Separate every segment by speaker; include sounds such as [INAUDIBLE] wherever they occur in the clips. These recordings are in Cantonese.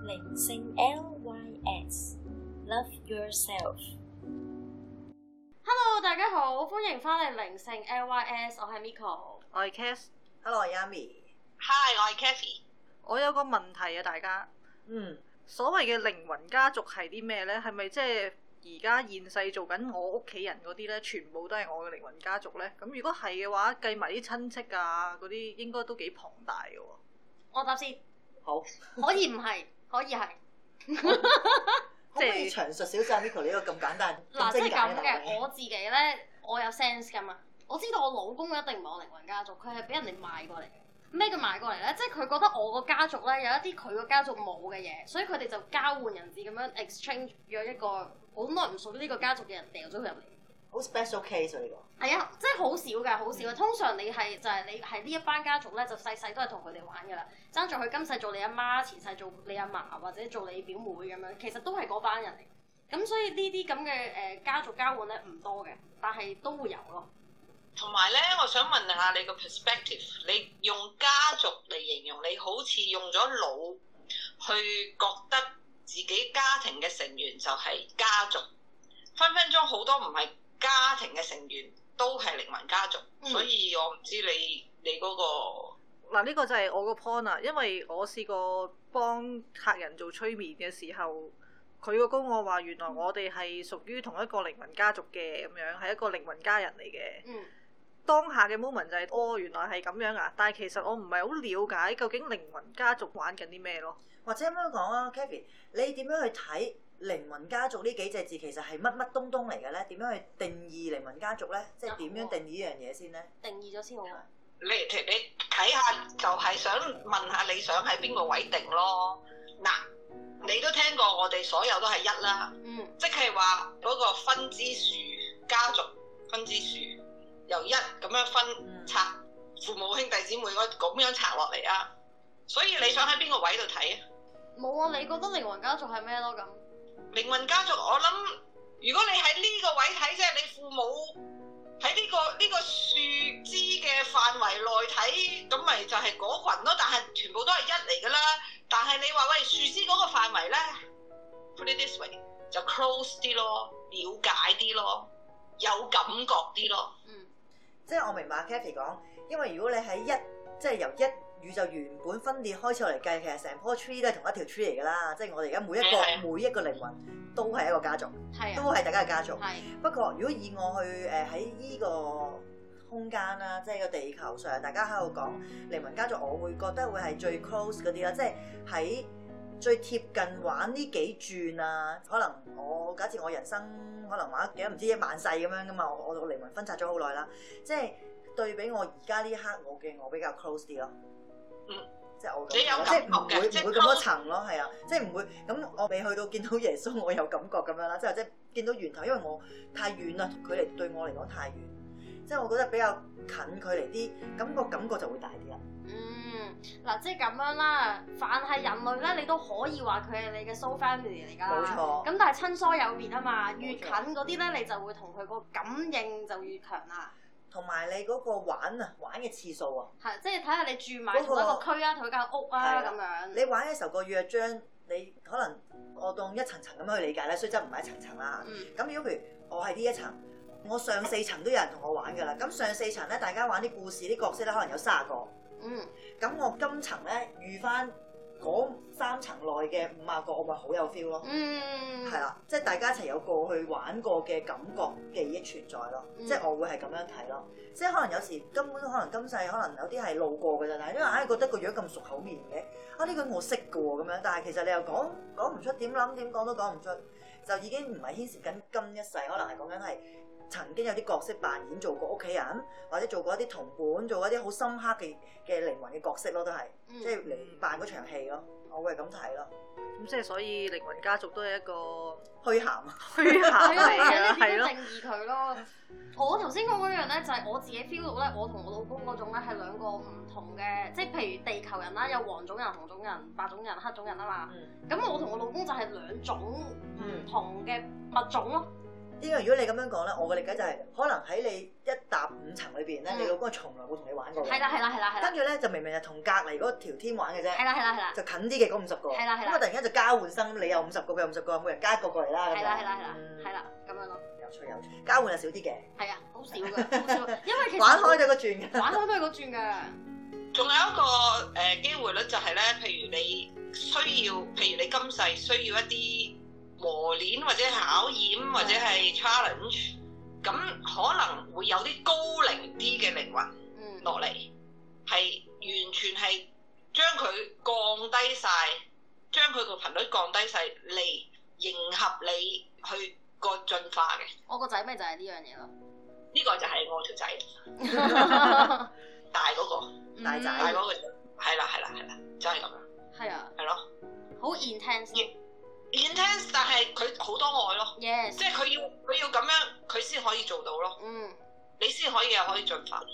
Speaker 1: 明星 LYS Love Yourself。
Speaker 2: Hello，大家好，歡迎翻嚟靈性 LYS，我係 Miko。
Speaker 3: 我係 Cass，
Speaker 4: Hello Yami，
Speaker 5: Hi，我係 Kathy。
Speaker 3: 我有個問題啊，大家
Speaker 4: 嗯，
Speaker 3: 所謂嘅靈魂家族係啲咩呢？係咪即係而家現世做緊我屋企人嗰啲呢？全部都係我嘅靈魂家族呢？咁如果係嘅話，計埋啲親戚啊嗰啲，應該都幾龐大嘅喎。
Speaker 2: 我答先，
Speaker 4: 好，
Speaker 2: 可以唔係，可以係。
Speaker 4: 可唔可以詳述少少啊 Miko 呢個咁簡單、
Speaker 2: 嗱，
Speaker 4: 咁
Speaker 2: 即
Speaker 4: 精啊
Speaker 2: 係
Speaker 4: 簡
Speaker 2: 咁
Speaker 4: 嘅
Speaker 2: 嘅，
Speaker 4: 流
Speaker 2: 我自己咧，我有 sense 噶嘛，我知道我老公一定唔係我靈魂家族，佢係俾人哋賣過嚟嘅。咩叫賣過嚟咧？即係佢覺得我個家族咧有一啲佢個家族冇嘅嘢，所以佢哋就交換人質咁樣 exchange 咗一個本來唔屬於呢個家族嘅人掉咗佢入嚟。
Speaker 4: 好 special case 啊呢個，
Speaker 2: 係啊，即係好少㗎，好少嘅。通常你係就係、你係呢一班家族咧，就細細都係同佢哋玩㗎啦。爭在佢今世做你阿媽，前世做你阿嫲，或者做你表妹咁樣，其實都係嗰班人嚟。咁所以呢啲咁嘅誒家族交換咧唔多嘅，但係都會有咯。
Speaker 5: 同埋咧，我想問下你個 perspective，你用家族嚟形容，你好似用咗腦去覺得自己家庭嘅成員就係家族，分分鐘好多唔係家庭嘅成員都係靈魂家族，
Speaker 2: 嗯
Speaker 5: 所以我唔知你你嗰、個
Speaker 3: 嗱，呢個就係我個 point 啦，因為我試過幫客人做催眠嘅時候，佢個公我話原來我哋係屬於同一個靈魂家族嘅，咁樣係一個靈魂家人嚟嘅。
Speaker 2: 嗯，
Speaker 3: 當下嘅 moment 就係、哦，原來係咁樣啊！但係其實我唔係好了解究竟靈魂家族玩緊啲咩咯。
Speaker 4: 或者咁樣講啊 k a t h y 你點樣去睇靈魂家族呢幾隻字其實係乜乜東東嚟嘅咧？點樣去定義靈魂家族咧？即係點樣定義呢樣嘢先咧？
Speaker 2: 定義咗先好。啊
Speaker 5: 你你睇下，就係想問下你想喺邊個位定咯。嗱，你都聽過我哋所有都係一啦。
Speaker 2: 嗯
Speaker 5: 即係話嗰個分支樹家族分支樹由一咁樣分
Speaker 4: 嗯，
Speaker 5: 拆父母兄弟姊妹嗰咁樣拆落嚟啊！所以你想喺邊個位度睇啊？
Speaker 2: 冇啊！你覺得靈魂家族係咩咯？咁
Speaker 5: 靈魂家族我諗，如果你喺呢個位睇，即係你父母喺呢、個呢、個樹枝嘅範圍內睇，咁咪就係嗰群咯。但係全部都係一嚟噶啦。但係你話喂樹枝嗰個範圍咧，put it this way 就 close 啲咯，了解啲咯，有感覺啲咯。
Speaker 2: 嗯
Speaker 4: 即係我明白 k a t h y 講，因為如果你喺一即係由一宇宙原本分裂開始嚟計，其實成棵 tree 都係同一條 tree 嚟㗎啦。即係我哋而家每一
Speaker 5: 係
Speaker 4: 個每一個靈魂都係一個家族，
Speaker 2: 係啊，
Speaker 4: 都係大家嘅家族。
Speaker 2: 係
Speaker 4: 不過，如果以我去誒喺呢個空間啦，即係個地球上，大家喺度講靈魂家族，我會覺得會係最 close 嗰啲啦，即係喺最貼近玩呢幾轉啊。可能我假設我人生可能玩幾多唔知一萬世咁樣噶嘛，我我個靈魂分拆咗好耐啦，即係對比我而家呢一刻我嘅我比較 close 啲咯。
Speaker 5: 嗯。
Speaker 4: 即係我咁
Speaker 5: 你有
Speaker 4: 講
Speaker 5: 感覺
Speaker 4: 即係唔會
Speaker 5: 嘅即係
Speaker 4: 唔會咁多層咯，係啊，即係唔會咁我未去到見到耶穌，我有感覺咁樣啦，即係即係見到源頭，因為我太遠啦，距離對我嚟講太遠，即係我覺得比較近距離啲，咁個感覺就會大啲啦。
Speaker 2: 嗯嗱，即係咁樣啦。凡係人類咧，你都可以話佢係你嘅 soul family 嚟㗎啦。
Speaker 4: 冇錯，
Speaker 2: 咁但係親疏有別啊嘛，越
Speaker 4: 冇
Speaker 2: 近
Speaker 4: 錯
Speaker 2: 嗰啲咧，你就會同佢個感應就越強啦。
Speaker 4: 同埋你嗰個玩啊，玩嘅次數啊，
Speaker 2: 係，即係睇下你住埋
Speaker 4: 嗰
Speaker 2: 同
Speaker 4: 個
Speaker 2: 一個區啊，同一間屋啊
Speaker 4: 係
Speaker 2: 咁
Speaker 4: 你
Speaker 2: 樣。
Speaker 4: 玩嘅時候個約章，你可能我當一層層咁樣去理解咧，雖則唔係一層層啦。
Speaker 2: 嗯
Speaker 4: 咁如果譬如我係呢一層，我上四層都有人同我玩㗎啦。咁上四層咧，大家玩啲故事啲角色咧，可能有卅個。
Speaker 2: 嗯，
Speaker 4: 咁我今層咧遇翻嗰三層內嘅五啊個，我咪好有 feel 咯。
Speaker 2: 嗯，
Speaker 4: 係，啊啦，即係大家一齊有過去玩過嘅感覺記憶存在咯，
Speaker 2: 嗯
Speaker 4: 即係我會係咁樣睇咯。即係可能有時根本可能今世可能有啲係路過嘅啫，但係因為硬係覺得個樣咁熟口面嘅，啊呢個我識嘅喎咁樣，但係其實你又講講唔出點諗點講都講唔出，就已經唔係牽涉緊今一世，可能係講緊係曾經有啲角色扮演做過屋企人，或者做過一啲同伴，做過一啲好深刻嘅嘅靈魂嘅角色咯，都係
Speaker 2: 嗯
Speaker 4: 即係嚟扮嗰場戲咯，我會係咁睇咯，
Speaker 3: 咁即係所以靈魂家族都係一個
Speaker 4: 虛啊涵。
Speaker 3: 虛
Speaker 2: 係啊
Speaker 4: [LAUGHS]
Speaker 3: 涵
Speaker 2: 咯，睇
Speaker 3: 嚟㗎，
Speaker 2: 你
Speaker 3: 係
Speaker 2: 點樣
Speaker 3: 咯。
Speaker 2: 定義佢咯。我頭先講嗰樣咧，就係我自己 feel 到咧，我同我老公嗰種咧係兩個唔同嘅，即係譬如地球人啦，有黃種人、紅種人、白種人、黑種人啊嘛。
Speaker 4: 嗯
Speaker 2: 咁我同我老公就係兩種唔同嘅物種咯，
Speaker 4: 因為如果你咁樣講咧，我嘅理解就係、可能喺你一搭五層裏邊咧，
Speaker 2: 嗯
Speaker 4: 你老公從來冇同你玩過嘅。
Speaker 2: 係啦係啦係啦係啦
Speaker 4: 跟，住咧就明明係同隔離嗰條天玩嘅啫。
Speaker 2: 係啦係啦係啦，
Speaker 4: 就近啲嘅嗰五十個，
Speaker 2: 係啦係
Speaker 4: 咁
Speaker 2: 啦
Speaker 4: 啊突然間就交換生，你有五十個，佢有五十個，每人加一個過嚟啦，咁
Speaker 2: 係啦係
Speaker 4: 樣
Speaker 2: 啦係啦
Speaker 4: 嗯
Speaker 2: 係啦咁樣咯，
Speaker 4: 有趣有趣，交換係少啲嘅，
Speaker 2: 係啊，好少㗎，好少，因為其實
Speaker 4: 玩開咗個轉嘅，
Speaker 2: 玩開都係嗰轉㗎，
Speaker 5: 仲有一個誒、呃、機會率就係咧，譬如你需要，譬如你今世需要一啲磨練或者考驗或者係 challenge，咁可能會有啲高齡啲嘅靈魂
Speaker 2: 嗯，
Speaker 5: 落嚟，係完全係將佢降低晒，將佢個頻率降低晒嚟迎合你去個進化嘅。
Speaker 2: 我個仔咪就係呢樣嘢嗯
Speaker 5: 呢、個就係我條仔
Speaker 2: 咯，
Speaker 5: 大嗰、個，
Speaker 4: 大仔
Speaker 5: 大嗰個就係啦係啦係啦，就係咁樣，
Speaker 2: 係啊，
Speaker 5: 係咯。
Speaker 2: 好 intense 咯
Speaker 5: intense，但係佢好多愛咯，即
Speaker 2: ，yes，
Speaker 5: 係佢要佢要咁樣，佢先可以做到咯，
Speaker 2: 嗯，
Speaker 5: 你先可以又可以進化。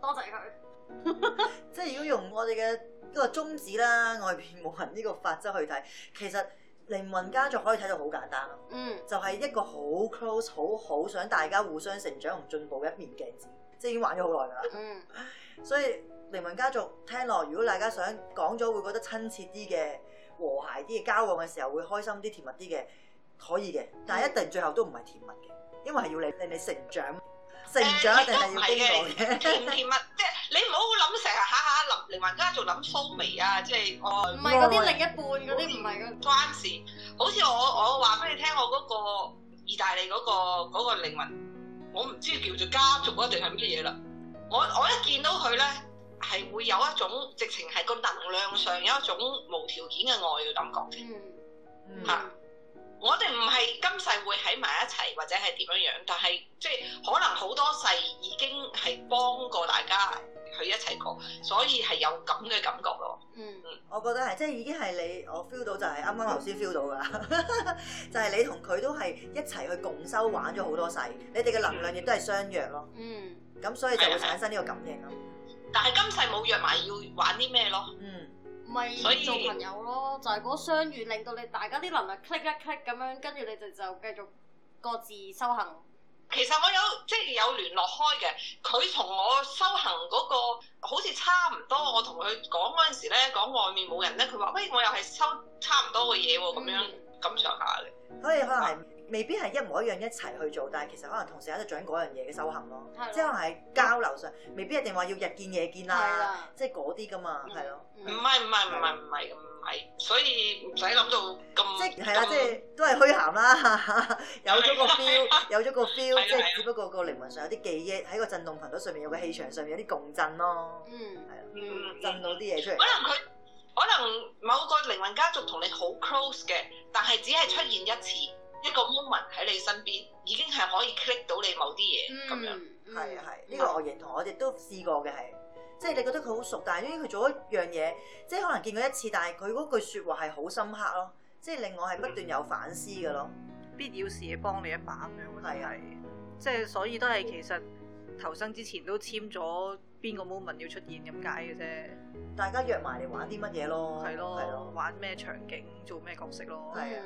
Speaker 2: 多謝佢，
Speaker 4: 即係如果用我哋嘅呢個宗旨啦，外邊冇人呢個法則去睇，其實靈魂家族可以睇到好簡單咯，
Speaker 2: 嗯，
Speaker 4: 就係、一個好 close、好好想大家互相成長同進步嘅一面鏡子，即係已經玩咗好耐㗎啦。
Speaker 2: 嗯，
Speaker 4: 所以靈魂家族聽落，如果大家想講咗會覺得親切啲嘅、和諧啲嘅交往嘅時候，會開心啲、甜蜜啲嘅，可以嘅。但係一定最後都唔係甜蜜嘅，因為係要你令你成長，成長一定係要經過嘅。
Speaker 5: 甜唔甜蜜， [LAUGHS] 即係你唔好諗成日下下諗靈魂家族諗蘇眉啊，即係我
Speaker 2: 唔係嗰啲另一半嗰啲唔係嗰，
Speaker 5: 關事。好似我我話俾你聽，我嗰個意大利嗰、個嗰、個靈魂，我唔知叫做家族啊定係乜嘢啦。我我一見到佢咧，係會有一種直情係個能量上有一種無條件嘅愛嘅感覺。
Speaker 2: 嗯，
Speaker 4: 嗯
Speaker 5: 嚇我哋唔係今世會喺埋一齊，或者係點樣樣，但係即係可能好多世已經係幫過大家去一齊過，所以係有咁嘅感覺咯。
Speaker 2: 嗯，
Speaker 4: 我覺得係，即係已經係你，我 feel 到就係啱啱頭先 feel 到㗎啦， [LAUGHS] 就係你同佢都係一齊去共修玩咗好多世，你哋嘅能量亦都係相若咯，
Speaker 2: 嗯，
Speaker 4: 咁所以就會產生呢個感應咯。
Speaker 5: 但係今世冇約埋要玩啲咩咯，
Speaker 4: 嗯，
Speaker 2: 咪
Speaker 5: 所以
Speaker 2: 做朋友咯，就係嗰相遇令到你大家啲能量 click 一 click 咁樣，跟住你哋就繼續各自修行，
Speaker 5: 其實我有即係有聯絡開嘅，佢同我修行嗰、個好似差唔多。我同佢講嗰陣時咧，講外面冇人咧，佢話：喂，我又係修差唔多嘅嘢喎，咁樣
Speaker 4: 嗯
Speaker 5: 咁上下嘅。
Speaker 4: 所以可能係未必係一模一樣一齊去做，但係其實可能同時喺度做緊嗰樣嘢嘅修行咯，
Speaker 2: 係咯
Speaker 4: 即係可能係交流上，未必一定話要日見夜見
Speaker 2: 嗯係
Speaker 4: 啦，
Speaker 2: 啦，
Speaker 4: 即係嗰啲噶嘛，
Speaker 5: 嗯
Speaker 4: 係咯，
Speaker 2: 嗯
Speaker 5: 唔係唔係唔係唔係唔係，所以唔使諗到咁
Speaker 4: 即係係啦，
Speaker 5: 咁
Speaker 4: 即係都係虛涵
Speaker 5: [LAUGHS]
Speaker 4: 啦，有咗個 feel，有咗個 feel，
Speaker 5: 係啊
Speaker 4: 即
Speaker 5: 係啊
Speaker 4: 係只不過個靈魂上有啲記憶喺個震動頻率上面有個氣場上面有啲共振咯，啊
Speaker 2: 嗯，
Speaker 5: 嗯
Speaker 4: 震到啲嘢出嚟
Speaker 5: 可。能佢可能某個靈魂家族同你好 close 嘅，但係只係出現一次一個 moment 喺你身邊，已經係可以 click 到你某啲嘢咁樣。
Speaker 2: 嗯，嗯
Speaker 4: 係啊係，呢個我認同，我哋都試過嘅係，即係你覺得佢好熟，但係因為佢做一樣嘢，即係可能見過一次，但係佢嗰句説話係好深刻咯，即係令我係不斷有反思嘅咯。
Speaker 3: 必要時幫你一把咁樣，
Speaker 4: 係
Speaker 3: 係
Speaker 4: 啊
Speaker 3: 係，即係所以都係其實投生之前都簽咗邊個 moment 要出現咁解嘅啫，
Speaker 4: 大家約埋嚟玩啲乜嘢咯？
Speaker 3: 係
Speaker 4: 哦
Speaker 3: 咯，
Speaker 4: 係咯，
Speaker 3: 玩咩場景做咩角色咯，
Speaker 4: 係
Speaker 2: 嗯
Speaker 4: 啊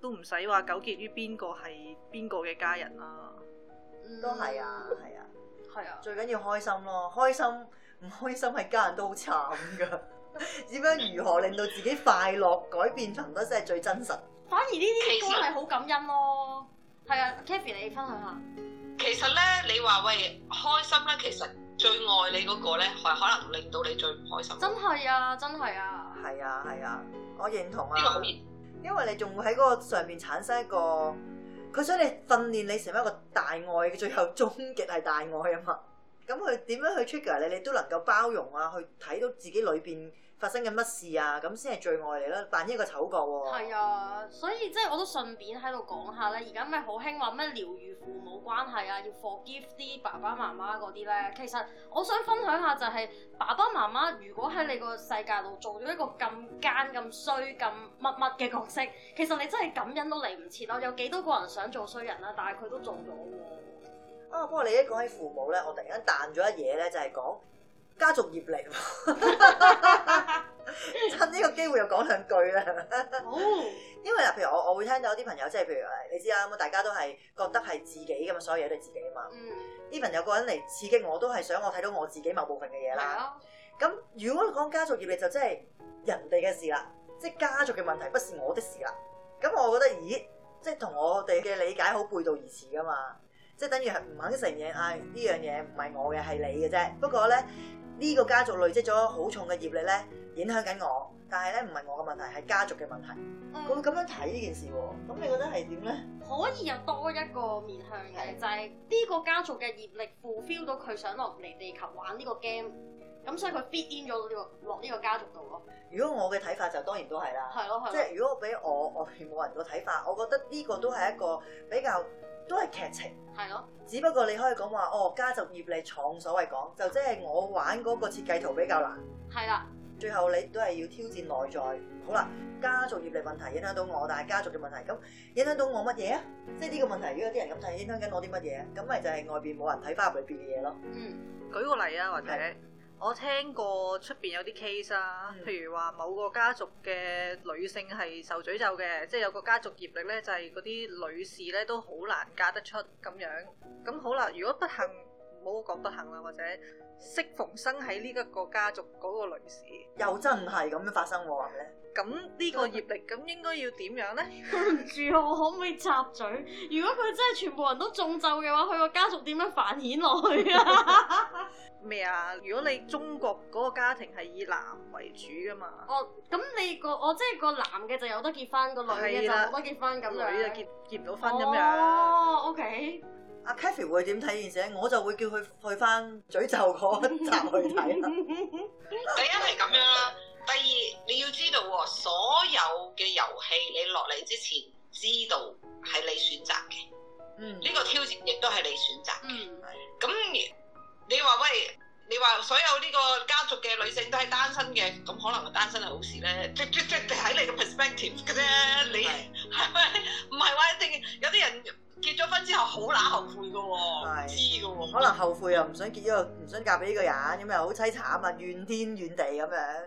Speaker 3: 都唔使話糾結於邊個係邊個嘅家人啊啦。
Speaker 2: 嗯
Speaker 4: 都係啊，，係啊，
Speaker 2: 係啊，
Speaker 4: 最緊要開心咯，開心唔開心係家人都好慘㗎。點樣如何令到自己快樂，改變頻率先係最真實。
Speaker 2: 反而呢啲
Speaker 5: 其實
Speaker 2: 歌係好感恩咯，係啊，Kathy 你分享下，
Speaker 5: 其實咧，你話喂開心咧，其實最愛你嗰個咧，係可能令到你最唔開心。
Speaker 2: 真係啊，真係啊，
Speaker 4: 係啊，係啊，我認同
Speaker 5: 呢個
Speaker 4: 啊
Speaker 5: 好。熱，
Speaker 4: 因為你仲會喺嗰個上面產生一個，佢想你訓練你成為一個大愛嘅，最後終極係大愛啊嘛。咁佢點樣去 trigger 你，你都能夠包容啊，去睇到自己裏邊發生緊乜事啊，咁先係最愛你啦。扮演一個丑角喎、
Speaker 2: 係啊，所以即係我都順便喺度講下咧，而家咪好興話咩療愈父母關係啊，要 forgive 啲爸爸媽媽嗰啲咧。其實我想分享下就係、爸爸媽媽如果喺你個世界度做咗一個咁奸、咁衰、咁乜乜嘅角色，其實你真係感恩都嚟唔切咯。有幾多個人想做衰人啦、啊但係佢都做咗喎。
Speaker 4: 啊，不過你一講起父母
Speaker 2: [LAUGHS]
Speaker 4: 咧，我突然間彈咗一嘢咧，就係講家族業力。趁呢個機會又講兩句啦。
Speaker 2: 好，
Speaker 4: 因為嗱，譬如我我會聽到啲朋友，即係譬如誒你知啦，咁大家都係覺得係自己噶嘛，所有嘢都係自己啊嘛。
Speaker 2: 嗯，
Speaker 4: even 有個人嚟刺激我，都係想我睇到我自己某部分嘅嘢
Speaker 2: 係
Speaker 4: 啦。
Speaker 2: 啊，
Speaker 4: 咁如果講家族業力就真係人哋嘅事啦，即係家族嘅問題，不是我的事啦。咁我覺得，咦，即係同我哋嘅理解好背道而馳噶嘛。即係等於係唔肯承認，唉、呢樣嘢唔係我嘅，係你嘅啫。不過咧，呢、個家族累積咗好重嘅業力咧，影響緊我，但係咧唔係我嘅問題，係家族嘅問題。
Speaker 2: 嗯
Speaker 4: 佢會咁樣睇呢件事喎，咁你覺得係點咧？
Speaker 2: 可以有多一個面向嘅，就係呢個家族嘅業力 fulfill 到佢想落嚟地球玩呢個 game，咁所以佢 fit in 咗呢個落呢個家族度咯，
Speaker 4: 如果我嘅睇法就當然都係啦，
Speaker 2: 係咯係
Speaker 4: 即
Speaker 2: 咯，
Speaker 4: 係如果俾我我外面冇人嘅睇法，我覺得呢個都係一個比較都係劇情，
Speaker 2: 係咯，
Speaker 4: 只不過你可以講話哦家族業力創所謂講，就即係我玩嗰個設計圖比較難，
Speaker 2: 係啦，
Speaker 4: 最後你都係要挑戰內在。好啦，家族業力問題影響到我，但係家族嘅問題咁影響到我乜嘢啊？即係呢個問題，如果有啲人咁睇，影響緊我啲乜嘢啊？咁咪就係外邊冇人睇翻入裏邊嘅嘢咯。
Speaker 2: [LAUGHS] 嗯，
Speaker 3: 舉個例啊，或者
Speaker 4: 係
Speaker 3: 我聽過出邊有啲 case 啊
Speaker 4: 嗯，
Speaker 3: 譬如話某個家族嘅女性係受詛咒嘅，即係有個家族業力咧，就係嗰啲女士咧都好難嫁得出咁樣。咁好啦，如果不幸，唔好講不幸啦，或者適逢生喺呢一個家族嗰個女士，
Speaker 4: 又真唔係咁樣發生喎，係咪咧？
Speaker 3: 咁呢個業力咁應該要點樣呢？
Speaker 2: 對唔住我可唔可以插嘴？如果佢真係全部人都中咒嘅話，佢個家族點樣繁衍落去啊？
Speaker 3: 咩啊？如果你中國嗰個家庭係以男為主噶嘛，
Speaker 2: 哦，咁你個我即係個男嘅就有得結婚，個女嘅就
Speaker 3: 係啦
Speaker 2: 冇得啊結婚咁
Speaker 3: 咁
Speaker 2: 樣，
Speaker 3: 女就結結唔到婚咁樣。
Speaker 2: 哦，OK，
Speaker 4: 阿 Kathy 啊會點睇件事咧？我就會叫佢去翻詛咒嗰一集去
Speaker 2: 嗯
Speaker 4: 睇
Speaker 2: [LAUGHS]
Speaker 4: 啦。
Speaker 5: 第一係咁樣啦，第二你要知道喎，所有嘅遊戲你落嚟之前知道係你選擇嘅，呢、
Speaker 4: 嗯，
Speaker 5: 個挑戰亦都係你選擇。
Speaker 2: 嗯，
Speaker 5: 咁你話喂，你話所有呢個家族嘅女性都係單身嘅，咁可能個單身係好事咧，即即即喺你嘅 perspective 嘅啫，你係咪？唔係話一定有啲人結咗婚之後好乸後悔
Speaker 4: 係
Speaker 5: 嘅喎，知嘅喎，
Speaker 4: 可能後悔又唔想結咗個，唔想嫁俾呢個人，咁又好凄慘啊，怨天怨地咁樣。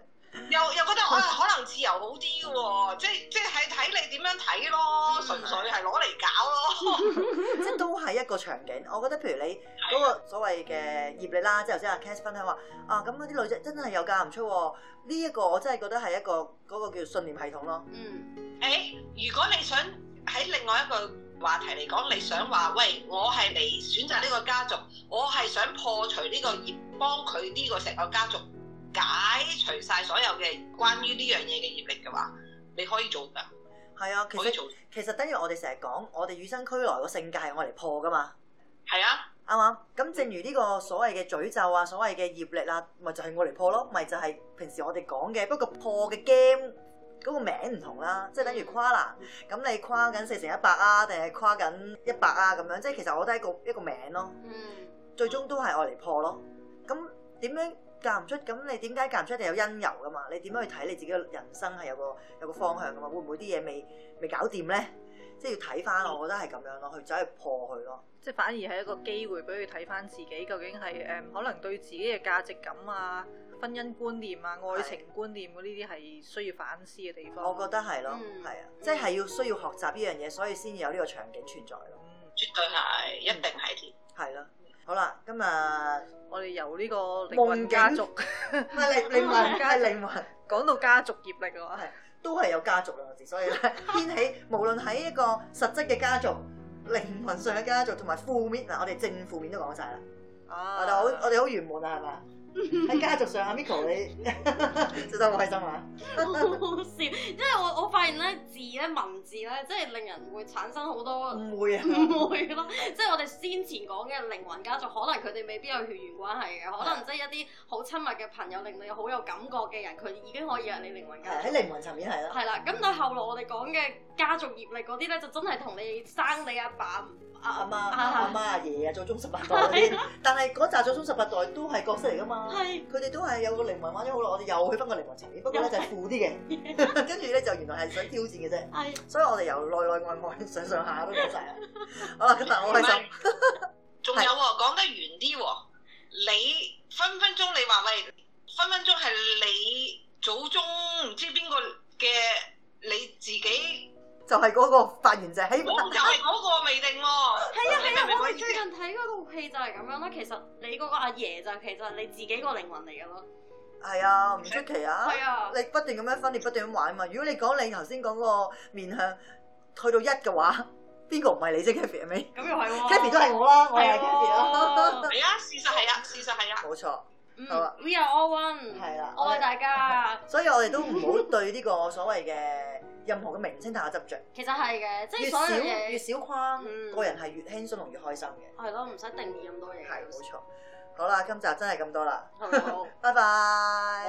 Speaker 5: 又又覺得啊，可能自由好啲嘅喎，即即係睇你點樣睇咯，純粹係攞嚟搞咯。
Speaker 4: 即係都係一個場景。我覺得譬如你嗰個所謂嘅業力啦，即係頭先阿 Cass 分享話啊，咁嗰啲女仔真係又嫁唔出喎。呢一個我真係覺得係一個嗰個叫信念系統咯。
Speaker 2: 嗯，
Speaker 5: 誒、如果你想喺另外一個話題嚟講，你想話喂，我係嚟選擇呢個家族，我係想破除呢個業，幫佢呢個成個家族解除晒所有嘅關於呢樣嘢嘅業力嘅話，你可以做㗎，
Speaker 4: 係啊，其
Speaker 5: 可以
Speaker 4: 實
Speaker 5: 做，
Speaker 4: 其實等於我哋成日講，我哋與生俱來個性格係我嚟破噶嘛。
Speaker 5: 係啊，
Speaker 4: 啱嘛？咁正如呢個所謂嘅詛咒啊，所謂嘅業力啊，咪就係我嚟破咯，咪就係平時我哋講嘅，不過破嘅 game 嗰個名唔同啦，即係等於跨欄，咁你跨緊四乘一百啊，定係跨緊一百啊咁樣，即係其實我都係一個一個名咯，
Speaker 2: 嗯。
Speaker 4: 最終都係我嚟破咯。咁點樣嫁唔出？咁你點解嫁唔出？一定有因由噶嘛？你點樣去睇你自己嘅人生係有個有個方向噶嘛？會唔會啲嘢未未搞掂咧？即係要睇翻，我覺得係咁樣咯，去走去破佢咯。
Speaker 3: 即係反而係一個機會俾佢睇翻自己究竟係誒、可能對自己嘅價值感啊、婚姻觀念啊、愛情觀念嗰呢啲係需要反思嘅地方。
Speaker 4: 我覺得係咯，
Speaker 2: 嗯
Speaker 4: 係啊，即係要需要學習呢樣嘢，所以先有呢個場景存在咯，
Speaker 3: 嗯
Speaker 5: 絕對係，一定係添。
Speaker 4: 係咯。好啦，啊今日
Speaker 3: [LAUGHS]
Speaker 4: 唔
Speaker 3: 我哋由呢個靈魂家族
Speaker 4: 係靈靈魂，係靈魂，
Speaker 3: [LAUGHS] 講到家族業力啊，
Speaker 4: 都係有家族兩個字，
Speaker 3: [LAUGHS]
Speaker 4: 所以咧掀起無論喺一個實質嘅家族、靈魂上嘅家族，同埋負面嗱，我哋正負面都講晒啦，我
Speaker 3: 啊
Speaker 4: 哋好我哋好圓滿啦，啊
Speaker 3: [LAUGHS]
Speaker 4: 係嘛？喺家族上阿 Miko 你 [LAUGHS] 做得好開心啊！
Speaker 2: 好好笑， [LAUGHS] 因為我我發現咧字咧文字咧，即係令人會產生好多
Speaker 3: [LAUGHS]
Speaker 4: 唔會啊，
Speaker 2: 誤會咯。即係我哋先前講嘅靈魂家族，可能佢哋未必有血緣關係嘅，可能即係一啲好親密嘅朋友，令你好有感覺嘅人，佢已經可以係你靈魂家
Speaker 4: 係
Speaker 2: 族
Speaker 4: 喺。靈魂層面係啦，
Speaker 2: 係啦，咁但係後來我哋講嘅家族業力嗰啲咧，就真係同你生你阿爸
Speaker 4: 阿
Speaker 2: 阿
Speaker 4: 媽阿媽阿爺啊，祖宗十八代嗰啲，但係嗰紮祖宗十八代都係角色嚟噶嘛。
Speaker 2: 係啊
Speaker 4: 佢哋都係有個靈魂玩咗好耐，我哋又去翻個靈魂層面，不過咧就係負啲嘅，跟住咧就原來係想挑戰嘅啫，
Speaker 2: 係
Speaker 4: 所以我哋由內內外外上上下都講晒啦。好啦，今日我開心，
Speaker 5: 仲有喎、講得遠啲喎、你分分鐘你話喂，分分鐘係你祖宗唔知邊個嘅你自己，
Speaker 4: 就係嗰個發言者喺
Speaker 5: 我就係嗰個未定喎。
Speaker 2: 係啊
Speaker 5: 你
Speaker 2: 係
Speaker 5: 明唔
Speaker 2: 啊，
Speaker 5: 明
Speaker 2: 我
Speaker 5: 我
Speaker 2: 哋
Speaker 5: 意思
Speaker 2: 最近睇嗰套戲就係咁樣咯。其實你嗰個阿爺就其實你自己個靈魂嚟嘅咯。
Speaker 4: 係啊，唔出奇啊。
Speaker 2: 係啊，
Speaker 4: 你不斷咁樣分裂，不斷咁玩嘛。如果你講你頭先講嗰個面向去到一嘅話，邊個唔係你啫 k a t h y 係咪
Speaker 2: 咁又係喎。
Speaker 4: k a t h y 都係我啦，我
Speaker 2: 哦係
Speaker 4: 係 k a t h y 啦。
Speaker 2: 喎。
Speaker 5: 係啊，事實係啊，事實係啊。
Speaker 4: 冇錯，
Speaker 2: 嗯
Speaker 4: 好啊
Speaker 2: ，We are all one，
Speaker 4: 係啦。
Speaker 2: 愛大家。
Speaker 4: 所以我哋都唔好對呢個所謂嘅任何嘅名稱太過執着，
Speaker 2: 其實係嘅，即
Speaker 4: 越
Speaker 2: 係所
Speaker 4: 少
Speaker 2: 有
Speaker 4: 越
Speaker 2: 嘢
Speaker 4: 少框，
Speaker 2: 嗯
Speaker 4: 個人係越輕鬆同越開心嘅。
Speaker 2: 係咯，唔使定義咁多嘢。
Speaker 4: 係冇錯。好啦，今集真係咁多啦，
Speaker 2: 好唔好？
Speaker 4: 拜拜。